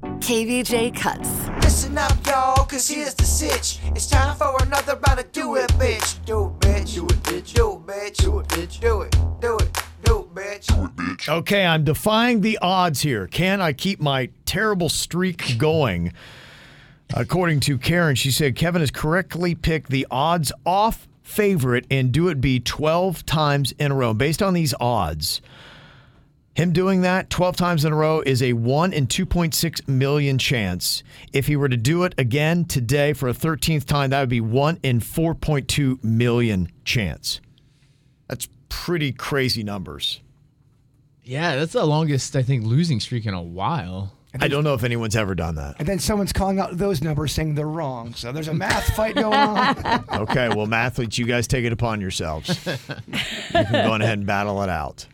KVJ Cuts. Listen up, y'all, cause here's the sitch. It's time for another round of do it, bitch. Do it, bitch. Do it, bitch. Do it, bitch. Do it, bitch. Do it, do it, do it, bitch. Okay, I'm defying the odds here. Can I keep my terrible streak going? According to Karen, she said Kevin has correctly picked the odds off favorite and do it be 12 times in a row. Based on these odds, him doing that 12 times in a row is a 1 in 2.6 million chance. If he were to do it again today for a 13th time, that would be 1 in 4.2 million chance. That's pretty crazy numbers. Yeah, that's the longest I think losing streak in a while. I don't know if anyone's ever done that. And then someone's calling out those numbers saying they're wrong. So there's a math fight going on. Okay, well, mathletes, you guys take it upon yourselves. you can go on ahead and battle it out.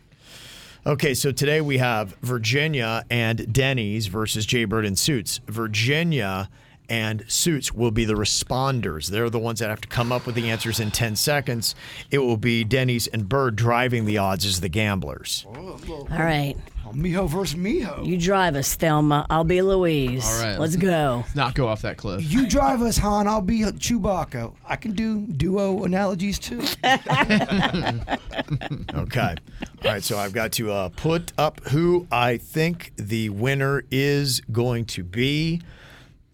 Okay, so today we have Virginia and Denny's versus Jaybird and Suits. Virginia and Suits will be the responders. They're the ones that have to come up with the answers in 10 seconds. It will be Denny's and Bird driving the odds as the gamblers. All right. Miho Oh, versus Miho. You drive us, Thelma. I'll be Louise. All right. Let's go. Let's not go off that cliff. You drive us, Han. I'll be Chewbacca. I can do duo analogies too. Okay. All right, so I've got to uh, put up who I think the winner is going to be.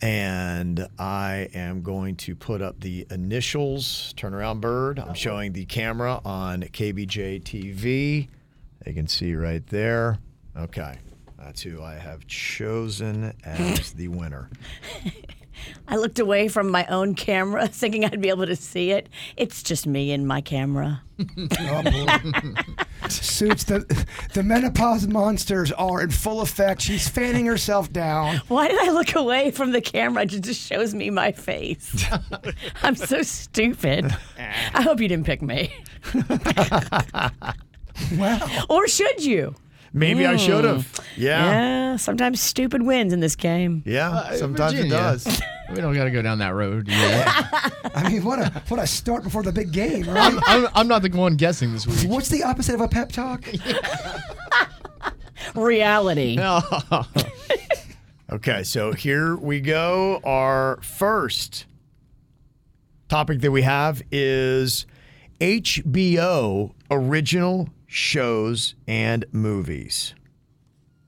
And I am going to put up the initials. Turn around, bird. I'm showing the camera on KBJ TV. They can see right there. Okay. That's who I have chosen as the winner. I looked away from my own camera thinking I'd be able to see it. It's just me and my camera. Suits the the menopause monsters are in full effect. She's fanning herself down. Why did I look away from the camera? It just shows me my face. I'm so stupid. I hope you didn't pick me. Wow. Or should you? Maybe I should have. Yeah. Yeah, sometimes stupid wins in this game. Yeah. sometimes Uh, Virginia. it does. We don't got to go down that road. Yeah. I mean, what a what a start before the big game, right? I'm, I'm, I'm not the one guessing this week. What's the opposite of a pep talk? Reality. Okay, so here we go. Our first topic that we have is HBO original shows and movies.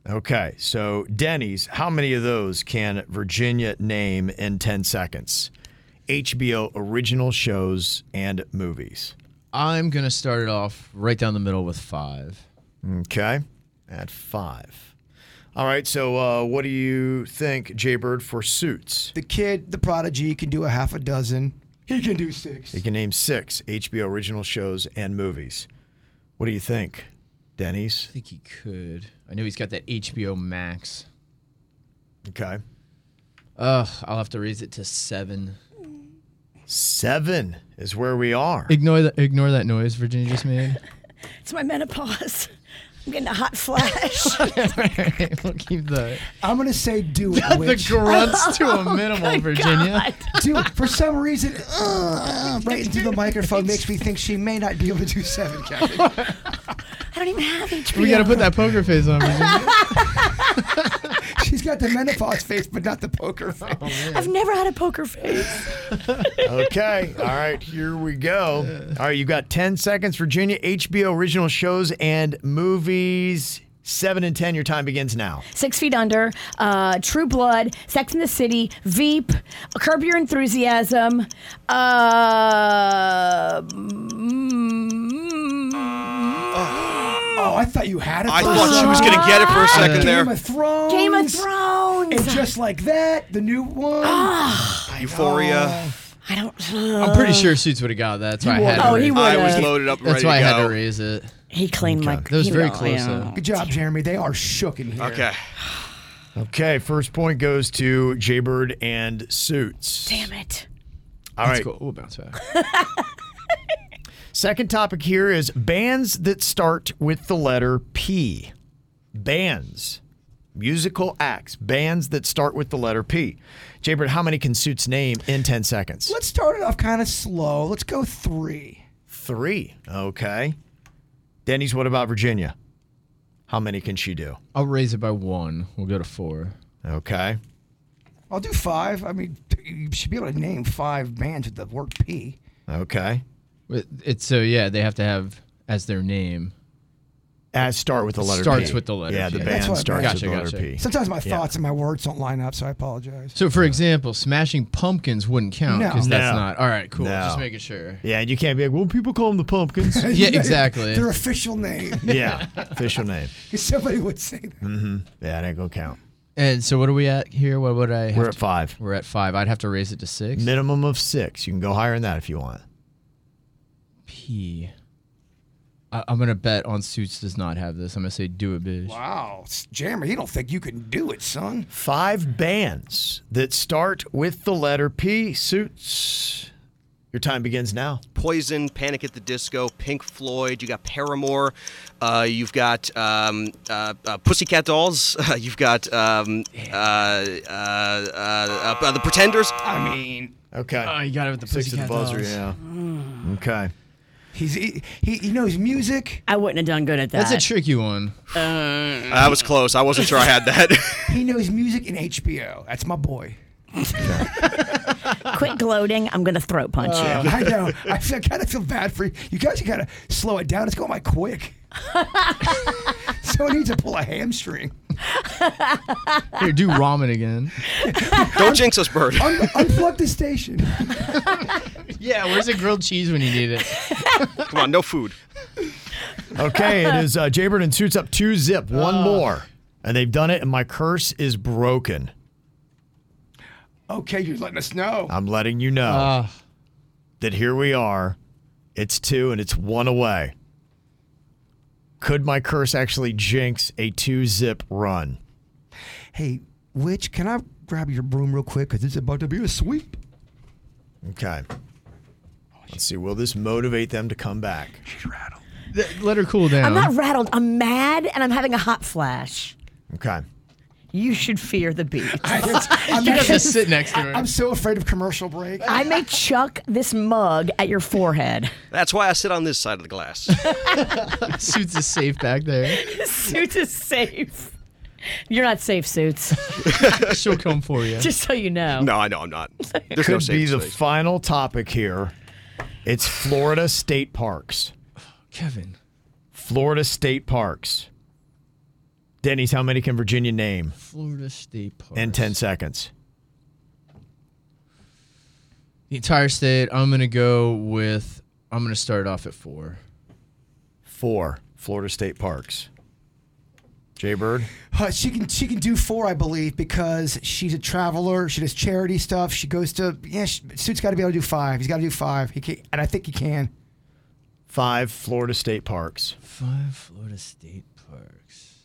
Okay, so Denny's, how many of those can Virginia name in 10 seconds? HBO original shows and movies. I'm going to start it off right down the middle with five. Okay, at five. All right, so uh, what do you think, Jaybird, for suits? The kid, the prodigy, can do a half a dozen. He can do six. You can name six HBO original shows and movies. What do you think, Denny's? I think he could. I know he's got that HBO Max. Okay. Ugh, I'll have to raise it to seven. Seven is where we are. Ignore that. Ignore that noise Virginia just made. It's my menopause. I'm getting a hot flash. we'll keep the I'm gonna say do it, the witch. grunts to Oh a minimal, Virginia. do it. For some reason, uh, right into the microphone makes me think she may not be able to do seven, Kevin. I don't even have HBO. We got to put that poker face on. Virginia. She's got the menopause face, but not the poker face. I've never had a poker face. Okay. All right, here we go. All right, you got 10 seconds, Virginia. HBO original shows and movies. Seven and 10, your time begins now. Six Feet Under, uh, True Blood, Sex in the City, Veep, Curb Your Enthusiasm, uh, mm, Oh, I thought you had it. I first. thought she was going to get it for a second Game there. of Thrones. Game of Thrones. And just like that, the new one. Ah. Euphoria. I don't. I'm pretty sure Suits would have got that. That's why I had. to Oh, raise- he would. I was have. loaded up and That's ready why I to had to go. raise it. He claimed my. That was he very don't- close, yeah. though. Good job, Jeremy. They are shook in here. Okay. Okay, first point goes to Jaybird and Suits. Damn it. All right. Cool. We'll bounce back. Second topic here is bands that start with the letter P. Bands. Musical acts. Bands that start with the letter P. Jaybird, how many can Suits name in 10 seconds? Let's start it off kind of slow. Let's go three. Three. Okay. Denny's, what about Virginia? How many can she do? I'll raise it by one. We'll go to four. Okay. I'll do five. I mean, you should be able to name five bands with the word P. Okay. But It's so yeah. They have to have as their name. As start with the letter P. Starts with the letter Yeah, P. the That's band what I starts meant. with the Gotcha, letter gotcha. P. Sometimes my thoughts and my words don't line up, so I apologize. So for example, Smashing Pumpkins wouldn't count No. because that's No. not. All right, cool. No. Just making sure. Yeah, and you can't be like, well, people call them the pumpkins. Yeah, exactly. Their official name. yeah, official name. Somebody would say that. Yeah, that ain't gonna count. And so what are we at here? What would I? Have We're at to- five. We're at five. I'd have to raise it to six. Minimum of six. You can go higher than that if you want. P. I, I'm gonna bet on Suits does not have this. I'm gonna say Do It Bitch. Wow, Jammer, you don't think you can do it, son? Five bands that start with the letter P. Suits. Your time begins now. Poison, Panic at the Disco, Pink Floyd. You got Paramore. Uh, you've got um, uh, uh, Pussycat Dolls. you've got um, uh, uh, uh, uh, the Pretenders. I mean, Okay. Oh, you got it with the six at the Pussycat buzzer. Dolls. Mm. Yeah. Okay. he's he, he, he knows music. I wouldn't have done good at that. That's a tricky one. I was close. I wasn't sure I had that. He knows music and HBO. That's my boy. Quit gloating. I'm going to throat punch you. I know. I, feel, I kind of feel bad for you. You guys, you gotta slow it down. It's going by quick. Someone needs to pull a hamstring. Here, do ramen again. Don't jinx us, Bird. Un- unplug the station. Yeah, where's the grilled cheese when you need it? Come on, no food. Okay. it is uh, Jaybird and Suits up two zip. One Oh. more, and they've done it. And my curse is broken. Okay, you're letting us know. I'm letting you know Uh, that here we are. It's two and it's one away. Could my curse actually jinx a two zip run? Hey, witch, can I grab your broom real quick? Cause it's about to be a sweep. Okay. Let's see. Will this motivate them to come back? She's rattled. th- let her cool down. I'm not rattled. I'm mad and I'm having a hot flash. Okay. You should fear the beat. I'm, you got to actually- sit next to her. I'm so afraid of commercial break. I may chuck this mug at your forehead. That's why I sit on this side of the glass. Suits is safe back there. Suits is safe. You're not safe, Suits. She'll come for you. Just so you know. No, I know I'm not. There's no Could safe be the space. final topic here. It's Florida state parks. Kevin. Florida state parks. Denny's, how many can Virginia name Florida State Park. in 10 seconds? The entire state, I'm going to go with, I'm going to start off at four. Four Florida state parks. Jaybird? Uh, she can she can do four, I believe, because she's a traveler. She does charity stuff. She goes to yeah. She, Suit's got to be able to do five. He's got to do five. He can, and I think he can. Five Florida state parks. Five Florida State Parks.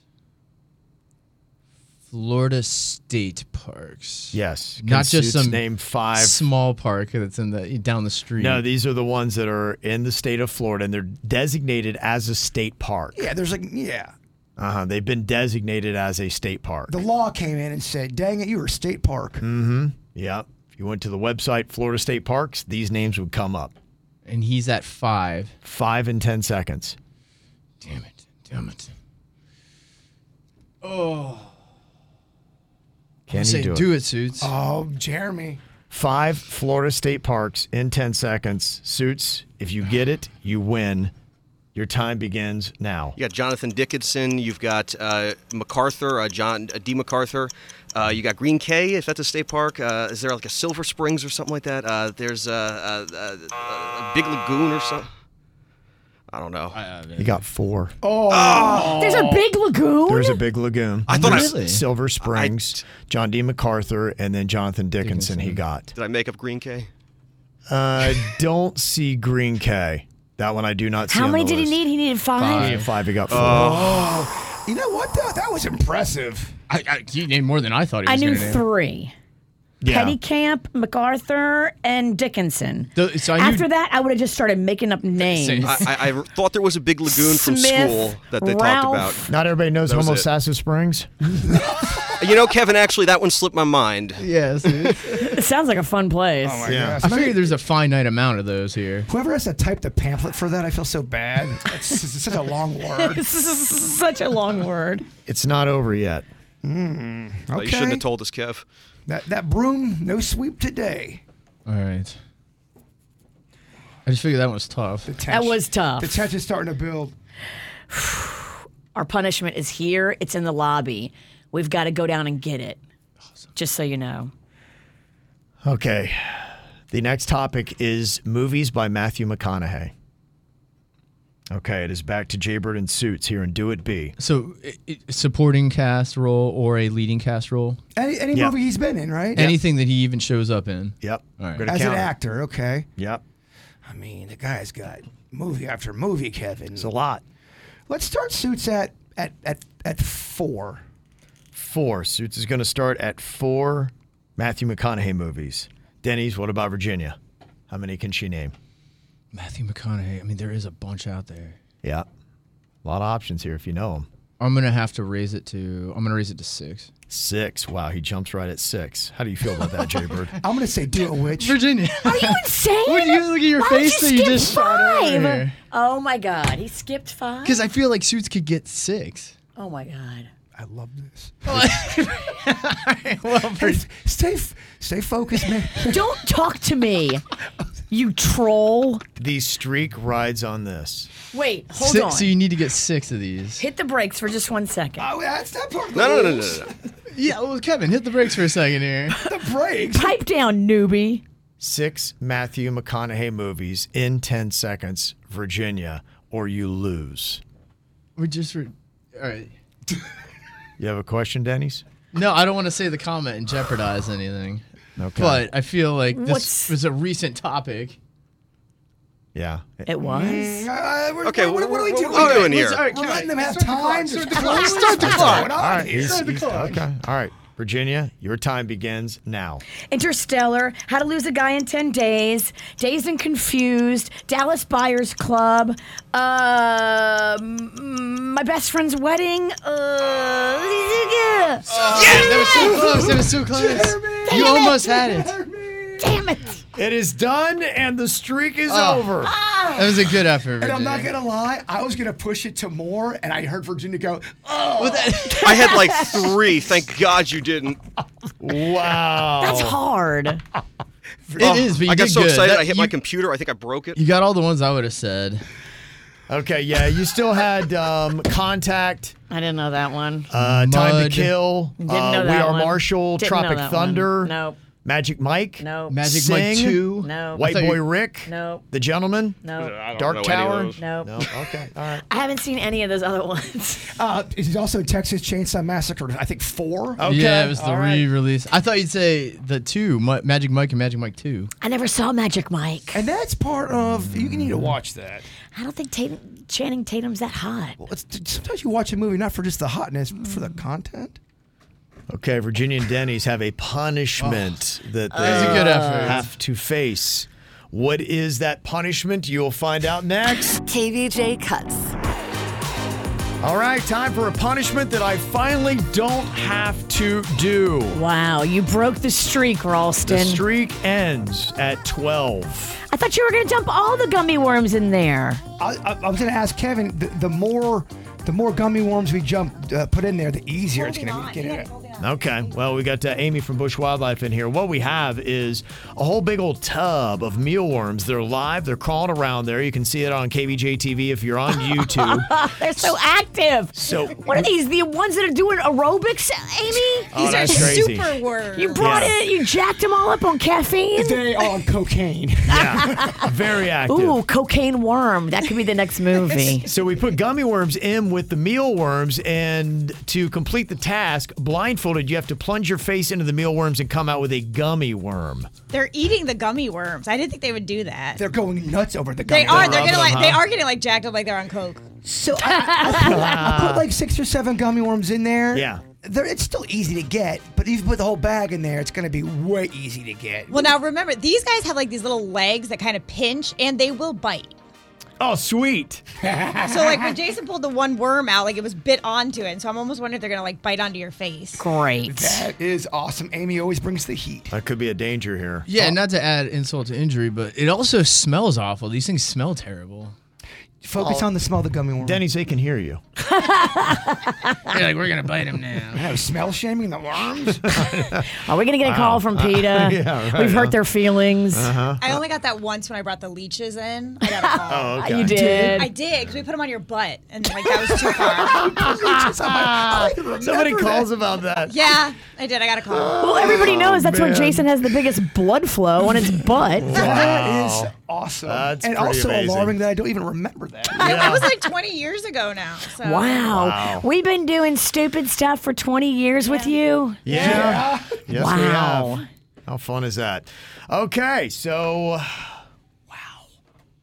Florida State Parks. Yes. Not Can just Suits some Name five. Small park that's in the down the street. no, these are the ones that are in the state of Florida and they're designated as a state park. Yeah, there's like yeah. Uh huh. They've been designated as a state park. The law came in and said, "Dang it, you were a state park." Yep. If you went to the website Florida State Parks, these names would come up. and he's at five. Five and ten seconds. Damn it. Damn it. Can I you say, do, it? do it, Suits. Oh, Jeremy. Five Florida State Parks in ten seconds. Suits. If you get it, you win. Your time begins now. You got Jonathan Dickinson. You've got uh, MacArthur, uh, John uh, D. MacArthur. Uh, you got Green Cay. If that's a state park, uh, is there like a Silver Springs or something like that? Uh, there's a uh, uh, uh, uh, Big Lagoon or something. I don't know. I, You got four. There's a big lagoon. There's a big lagoon. thought I Really? Silver Springs, John D. MacArthur, and then Jonathan Dickinson. He got. did. I make up Green Cay. I don't see Green K. That one I do not see. How on many the did he list. need? He needed five. Five. Five. He got four. You know what, though? That was impressive. I, I, you named more than I thought he I was knew gonna name. three. Yeah. Pettycamp, MacArthur, and Dickinson. Tho- so I knew- After that, I would have just started making up names. Same. I, I, I thought there was a big lagoon from Smith, school that they Ralph. talked Not everybody knows That was Homo it. Sassu Springs. about. You know, Kevin, actually, that one slipped my mind. Yes. It sounds like a fun place. Oh Oh Yeah. I figure there's a finite amount of those here. Whoever has to type the pamphlet for that, I feel so bad. It's, it's such a long word. This is such a long word. It's not over yet. Uh, You shouldn't have told us, Kev. That, that broom, no sweep today. All right. I just figured that one was tough. That was tough. The tension's starting to build. Our punishment is here. It's in the lobby. We've got to go down and get it. Just so you know. Okay. The next topic is movies by Matthew McConaughey. Okay, it is back to Jaybird and Suits here in Do It Be. So, i i supporting cast role or a leading cast role? Any, any Yeah. movie he's been in, right? Anything that he even shows up in. Yep. All right. Gonna As an count it. actor, okay. Yep. I mean, the guy's got movie after movie, Kevin. It's a lot. Let's start suits at at at, at four. Four. Suits is going to start at four Matthew McConaughey movies. Denny's, what about Virginia? How many can she name? Matthew McConaughey. I mean, there is a bunch out there. Yeah. A lot of options here if you know them. I'm gonna have to raise it to. I'm gonna raise it to six. Six. Wow, he jumps right at six. How do you feel about that, Jaybird? I'm gonna say do a witch. Virginia. Are you insane? Would you look at your Why face did that you skip just shot five? over here? Oh my God. He skipped five? Because I feel like Suits could get six. Oh my God. I love this. Well, Hey, f- stay f- stay focused, man. Don't talk to me, you troll. the streak rides on this. Wait, hold six, on. So you need to get six of these. Hit the brakes for just one second. oh, that's not part of the No, no, no, no, rules. no, no. Yeah, well, Kevin, hit the brakes for a second here. The breaks. Pipe down, newbie. Six Matthew McConaughey movies in 10 seconds, Virginia, or you lose. We're just. Re- all right. You have a question, Denny's? No, I don't want to say the comment and jeopardize anything. Okay. But I feel like this What's- was a recent topic. yeah. It was. Uh, we're, Okay, what, what are we what- doing? what are we doing here? All right, We're Kevin, letting them have start the clock, time. start There's the clock, clues. Start the What's clock. going on here? he's- he's- okay. All right. Virginia, your time begins now. Interstellar, How to Lose a Guy in 10 Days, Dazed and Confused, Dallas Buyers Club, uh, m- My Best Friend's Wedding. Uh, That was so close. That was so close. You almost had it. damn it. It is done, and the streak is Oh. over. That was a good effort. And I'm not Virginia. gonna lie, I was gonna push it to more, and I heard Virginia go, "Oh, I had like three. Thank God you didn't. Wow. That's hard. Oh, It is, but you I got did so good. excited. That- I hit my you- computer. I think I broke it. You got all the ones I would have said. Okay, yeah, you still had um, Contact, I didn't know that one. uh, Time to Mud. Kill, uh, know We that Are one. Marshall, Didn't know Tropic that one. Thunder, Nope. Magic Mike, No. Magic Mike Sing. 2. No. White I thought Boy you- Rick, Nope. The Gentleman, No. don't Dark know any of Tower. those. No. No, okay, all right. I haven't seen any of those other ones. Uh, it's also Texas Chainsaw Massacre. I think four. Okay. Yeah, it was the all right. re-release. I thought you'd say the two, Ma- Magic Mike and Magic Mike Two. I never saw Magic Mike. And that's part of you need to watch that. I don't think Tatum, Channing Tatum's that hot. Well, it's, sometimes you watch a movie not for just the hotness, but for the content. Okay, Virginia and Denny's have a punishment that they That was a good effort. have to face. What is that punishment? You'll find out next. KVJ cuts. All right, time for a punishment that I finally don't have to do. Wow, you broke the streak, The Ralston. streak ends at 12. I thought you were going to dump all the gummy worms in there. I, I, I was going to ask Kevin. The, the more, the more gummy worms we jump uh, put in there, the easier it's going to get. It. Okay, well, we got uh, Amy from Bush Wildlife in here. What we have is a whole big old tub of mealworms. They're live, they're crawling around there. You can see it on KVJ TV if you're on YouTube. They're so active. So- what are these? The ones that are doing aerobics, Amy? Oh, that's crazy. super worms. You brought Yeah. it. You jacked them all up on caffeine. They are on cocaine. Very active. Ooh, cocaine worm. That could be the next movie. So we put gummy worms in with the mealworms, and to complete the task, blindfolded, you have to plunge your face into the mealworms and come out with a gummy worm. They're eating the gummy worms. I didn't think they would do that. They're going nuts over the gummy. They are. They're worms. gonna like. They are getting like jacked up, like they're on coke. So I, I, I, put, I put like six or seven gummy worms in there. Yeah. They're, it's still easy to get, but if you put the whole bag in there, it's going to be way easy to get. Well, now remember, these guys have like these little legs that kind of pinch and they will bite. Oh, sweet. So, like when Jason pulled the one worm out, like it was bit onto it. And so I'm almost wondering if they're going to like bite onto your face. Great. That is awesome. Amy always brings the heat. That could be a danger here. Yeah, not to add insult to injury, but it also smells awful. These things smell terrible. Focus on the smell of the gummy worm. Denny's, they can hear you. They're like, we're gonna bite him now. Yeah, smell shaming the worms? Are we going to get a call from PETA? Uh, Yeah, right, Uh-huh. We've hurt huh? their feelings. I only got that once when I brought the leeches in. I got a call. Oh, Uh, You did. I did because we put them on your butt, and like that was too far. Somebody calls about that. yeah, I did. I got a call. well, everybody knows that's where Oh, man. Jason has the biggest blood flow on his butt. That is awesome. That's and pretty also amazing. alarming that I don't even remember that. It was like 20 years ago now. So. Wow. We've been doing stupid stuff for 20 years with you. Yeah. Yes, we Wow. have. How fun is that? Okay, so wow.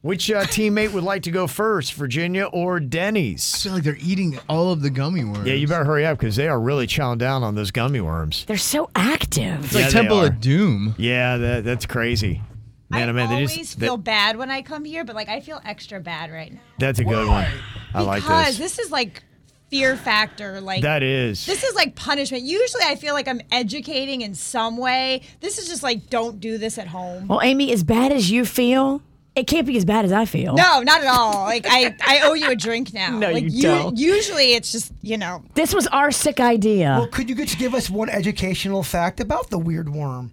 Which uh, teammate would like to go first, Virginia or Denny's? feel like they're eating all of the gummy worms. Yeah, you better hurry up because they are really chowing down on those gummy worms. They're so active. It's like Yeah, they Temple are. of Doom. Yeah, that, that's crazy. Man, I oh, man, they always just feel that- bad when I come here, but like I feel extra bad right now that's a good one. I like because this. this is like fear factor. Like That is. This is like punishment. Usually, I feel like I'm educating in some way. This is just like, don't do this at home. Well, Amy, as bad as you feel, it can't be as bad as I feel. No, not at all. Like I, I owe you a drink now. No, like, you u- don't. Usually, it's just you know. This was our sick idea. Well, could you get to give us one educational fact about the weird worm?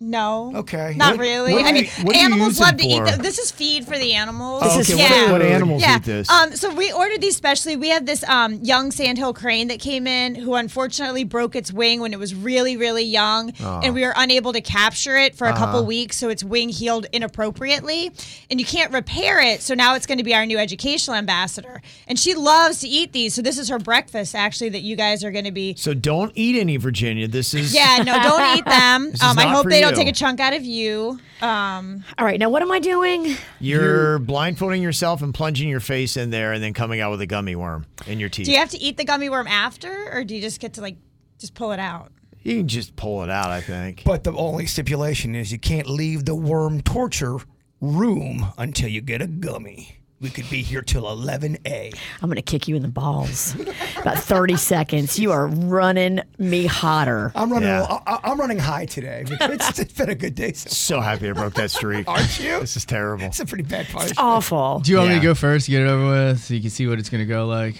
No. Okay. Not What- really. what do I mean, you- what do you use animals it love to eat. for? The, this is feed for the animals. Oh, This is okay, what- food. what, animals yeah. eat this? Um, so we ordered these specially. We have this um, young sandhill crane that came in, who unfortunately broke its wing when it was really, really young, and we were unable to capture it for a Uh-huh. couple weeks. So its wing healed inappropriately, and you can't repair it. So now it's going to be our new educational ambassador, and she loves to eat these. So this is her breakfast, actually, that you guys are going to be. so don't eat any, Virginia. This is Yeah, no, don't eat them. is Um, I not hope for they don't you. take a chunk out of you. Um, all right, now what am I doing? You're blindfolding yourself and plunging your face in there and then coming out with a gummy worm in your teeth. Do you have to eat the gummy worm after, or do you just get to like just pull it out? You can just pull it out, I think. But the only stipulation is you can't leave the worm torture room until you get a gummy. We could be here till 11A. I'm going to kick you in the balls. About 30 seconds. You are running me hotter. I'm running. Yeah. I, I'm running high today. It's, it's been a good day. So so happy I broke that streak. Aren't you? This is terrible. it's a pretty bad punishment. Awful. Do you want me Yeah. to go first, get it over with, so you can see what it's gonna go like?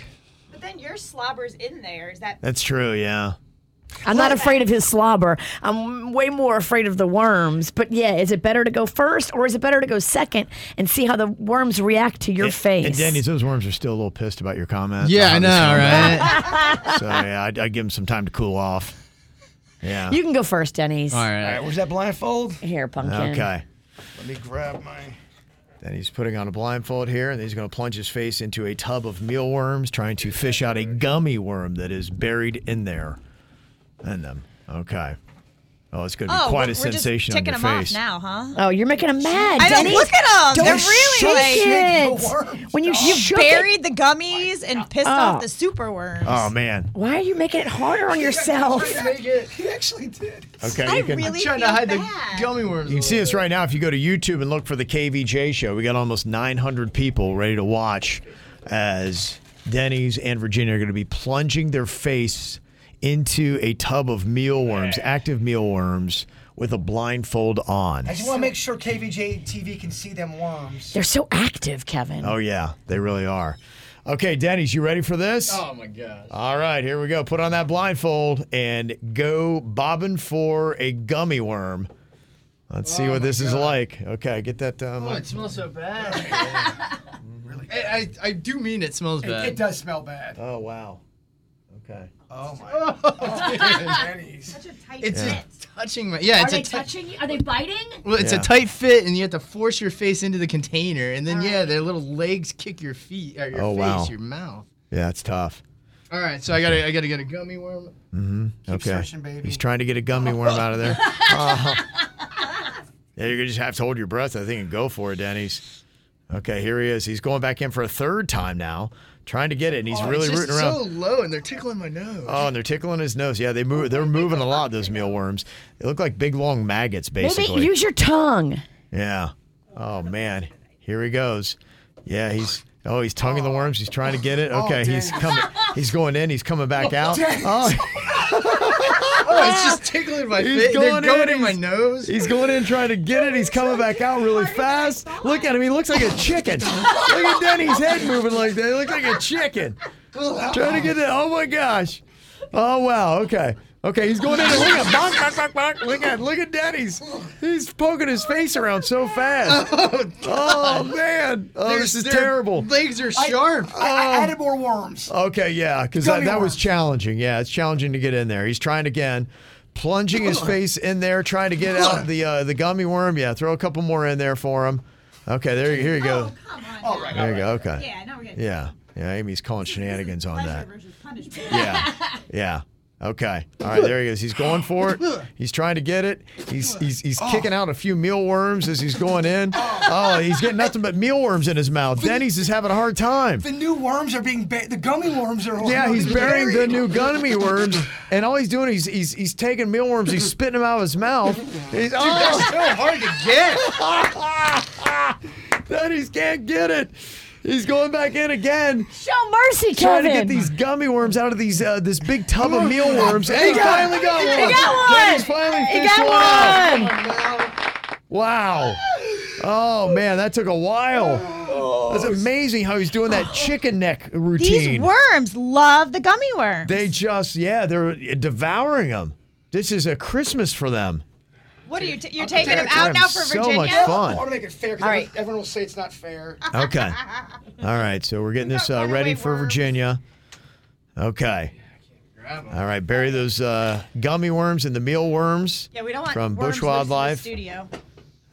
But then your slobber's in there. Is that? That's true, yeah. I'm not afraid of his slobber. I'm way more afraid of the worms. But yeah, is it better to go first or is it better to go second and see how the worms react to your And- face? And Denny's, those worms are still a little pissed about your comment. Yeah, I about know, how this right? went. So yeah, I'd, I'd give him some time to cool off. Yeah. you can go first, Denny's. All All right, right. where's that blindfold? Here, pumpkin. okay. Let me grab my. Then he's putting on a blindfold here, and he's going to plunge his face into a tub of mealworms, trying to fish out a gummy worm that is buried in there. And them. Okay. Oh, it's going to be Oh, quite we're, we're a just sensation on ticking your them face. off now, huh? Oh, you're making him mad, I know. Denny's. Look at them. They're shake really like it. the worms, When you shook it, buried the gummies and pissed Oh. off the super worms. Oh man. why are you making it harder on yourself? He actually did. Okay. I you can, really Trying to feel hide bad. the gummy worms. you can see this right now if you go to YouTube and look for the KVJ show. We got almost 900 people ready to watch as Denny's and Virginia are going to be plunging their face into a tub of mealworms, active mealworms, with a blindfold on. I just want to make sure KVJ TV can see them worms. They're so active, Kevin. Oh yeah, they really are. Okay, Denny's, you ready for this? Oh my gosh. All right, here we go. Put on that blindfold and go bobbing for a gummy worm. Let's see what this is like. Okay, get that. Uh, Oh, mic- it smells so bad. I, I, I do mean it smells bad. It does smell bad. oh wow. Okay. Oh my. It's just touching my. Yeah, it's a tight. you? Are they biting? Well, it's Yeah. a tight fit, and you have to force your face into the container, and then yeah, their little legs kick your feet, or your Oh, face, wow. your mouth. Yeah, it's tough. All right, so I gotta, I gotta get a gummy worm. okay. searching, baby. He's trying to get a gummy worm out of there. Uh-huh. yeah, you're gonna just have to hold your breath, I think, and go for it, Denny's. Okay, here he is. He's going back in for a third time now, trying to get it, and he's really Oh, it's rooting just around. so low, and they're tickling my nose. Oh, and they're tickling his nose. Yeah, they move. They're moving a lot. Those mealworms. They look like big long maggots, Maybe basically. use your tongue. yeah. Oh man, here he goes. Yeah, he's. Oh, he's tonguing the worms. He's trying to get it. Okay, he's dang. coming. He's going in. He's coming back out. Oh, Oh, Ah. it's just tickling my He's face. They're going in, going in my he's- nose. he's going in trying to get it. He's coming back out really fast. Look at him. He looks like a chicken. Look at Denny's head moving like that. He looks like a chicken. Trying to get it. Oh my gosh. Oh wow. Okay. Okay. He's going in. there. Look at bonk, bonk, bonk, bonk. Look at look at Denny's. He's poking his face around so fast. Oh, man. Oh, Their- this is their terrible. Legs are sharp. I, I added more worms. Okay, yeah, because that, Gummy that was worms. challenging. Yeah, it's challenging to get in there. He's trying again, plunging his face in there, trying to get out the uh, the gummy worm. Yeah, throw a couple more in there for him. Okay, there you here you go. Come on. All right. There you go. Okay. Yeah, now we're getting Yeah, yeah. Amy's calling shenanigans on that. versus punishment. Yeah, yeah. Okay. All right. There he is. He's going for it. He's trying to get it. He's he's, he's kicking out a few mealworms as he's going in. Oh, he's getting nothing but mealworms in his mouth. Denny's is having a hard time. The new worms are being ba- the gummy worms are. Yeah, he's They're burying the buried. new gummy worms, and all he's doing is he's he's taking mealworms, he's spitting them out of his mouth. He's That's oh, so hard to get. then he can't get it. He's going back in again, Show mercy, trying Kevin. to get these gummy worms out of these uh, this big tub of mealworms. And he finally got one. He got one. Then He's finally he fished got one out. one. Wow. Oh man, that took a while. That's amazing how he's doing that chicken neck These routine. worms love the gummy worms. They just, yeah, they're devouring them. This is a Christmas for them. what are you? T- you're taking them They're out having now for so Virginia? much I want fun. to make it fair because All everyone, right. everyone will say it's not fair. Okay. All right. So we're getting this uh, ready for Virginia. Okay. All right. Bury those uh, gummy worms and the meal worms. Yeah, we don't want From worms loose Bush in the Wildlife. Studio.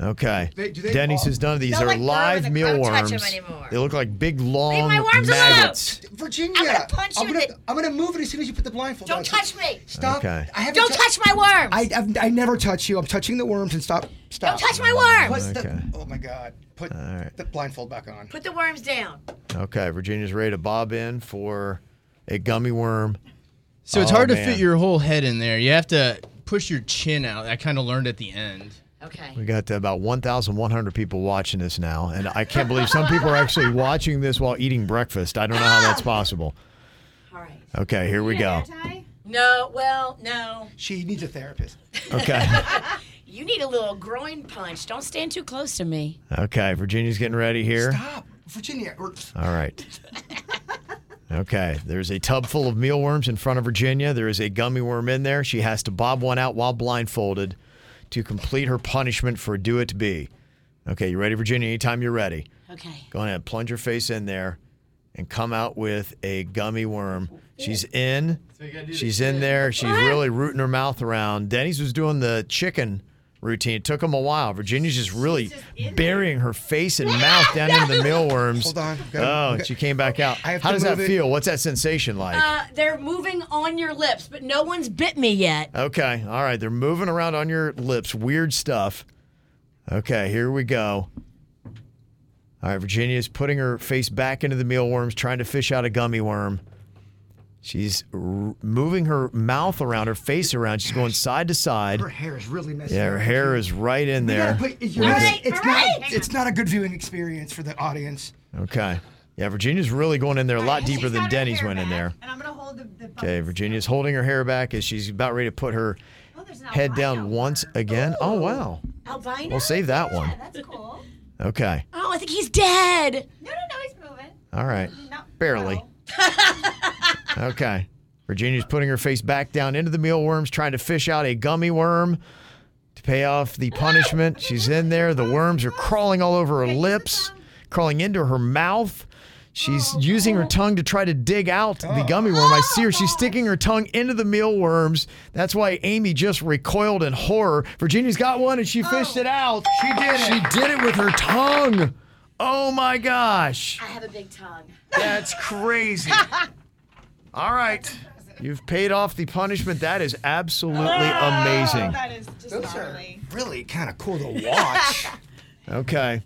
Okay. They- do they Denny's fall? has done these. Don't are like throw live them in the meal crowd, touch worms. them anymore. They look like big, long my worms alone. maggots. Virginia, I'm gonna punch you I'm gonna, with it. I'm gonna move it as soon as you put the blindfold Don't on. touch me. Stop. Okay. I haven't Don't tou- touch my worms. I, I've, I never touch you. I'm touching the worms and stop. Stop. Don't touch my worms. What's the- Okay. oh my God. Put right. the blindfold back on. Put the worms down. Okay. Virginia's ready to bob in for a gummy worm. So it's Oh, hard man. to fit your whole head in there. You have to push your chin out. I kind of learned at the end. We Okay. got uh, about 1,100 people watching this now, and I can't believe some people are actually watching this while eating breakfast. I don't know how that's possible. All right. Okay, here we go. No, well, no. She needs a therapist. Okay, You need a little groin punch. Don't stand too close to me. okay. Virginia's getting ready here. Stop, Virginia. Or, All right. Okay, there's a tub full of mealworms in front of Virginia. There is a gummy worm in there. She has to bob one out while blindfolded to complete her punishment for do it be. Okay, you ready, Virginia? Anytime you're ready. Okay. Go ahead, plunge your face in there and come out with a gummy worm. She's in. She's in there. She's really rooting her mouth around. Denny's was doing the chicken routine. It took him a while. Virginia's just really burying her face and mouth down into the mealworms. Hold on. Gotta- Oh, and gotta- she came back out. I have How to does that move it. feel? What's that sensation like? Uh, they're moving on your lips, but no one's bit me yet. Okay. All right. They're moving around on your lips. Weird stuff. Okay. Here we go. All right. Virginia's putting her face back into the mealworms, trying to fish out a gummy worm. She's r- moving her mouth around, her face around. She's going side to side. her hair is really messy. Yeah, her hair is right in You there. gotta put- you're With not- it. it's, not, alright. it's not a good viewing experience for the audience. Okay. Yeah, Virginia's really going in there a lot deeper than Denny's went in there. And I'm gonna hold the. the Okay, Virginia's holding her hair back as she's about ready to put her Oh, head down once again. Oh, wow. Albino? We'll save that one. That's cool. Okay. Oh, I think he's dead. No, no, no, he's moving. All right. No, Barely. Okay. Virginia's putting her face back down into the mealworms, trying to fish out a gummy worm to pay off the punishment. She's in there. The worms are crawling all over her lips, crawling into her mouth. She's using her tongue to try to dig out the gummy worm. I see her. She's sticking her tongue into the mealworms. That's why Amy just recoiled in horror. Virginia's got one and she fished it out. She did it. Oh. She did it with her tongue. Oh my gosh. I have a big tongue. That's crazy. All right. You've paid off the punishment. That is absolutely amazing. That is just gnarly. Really kind of cool to watch. Okay.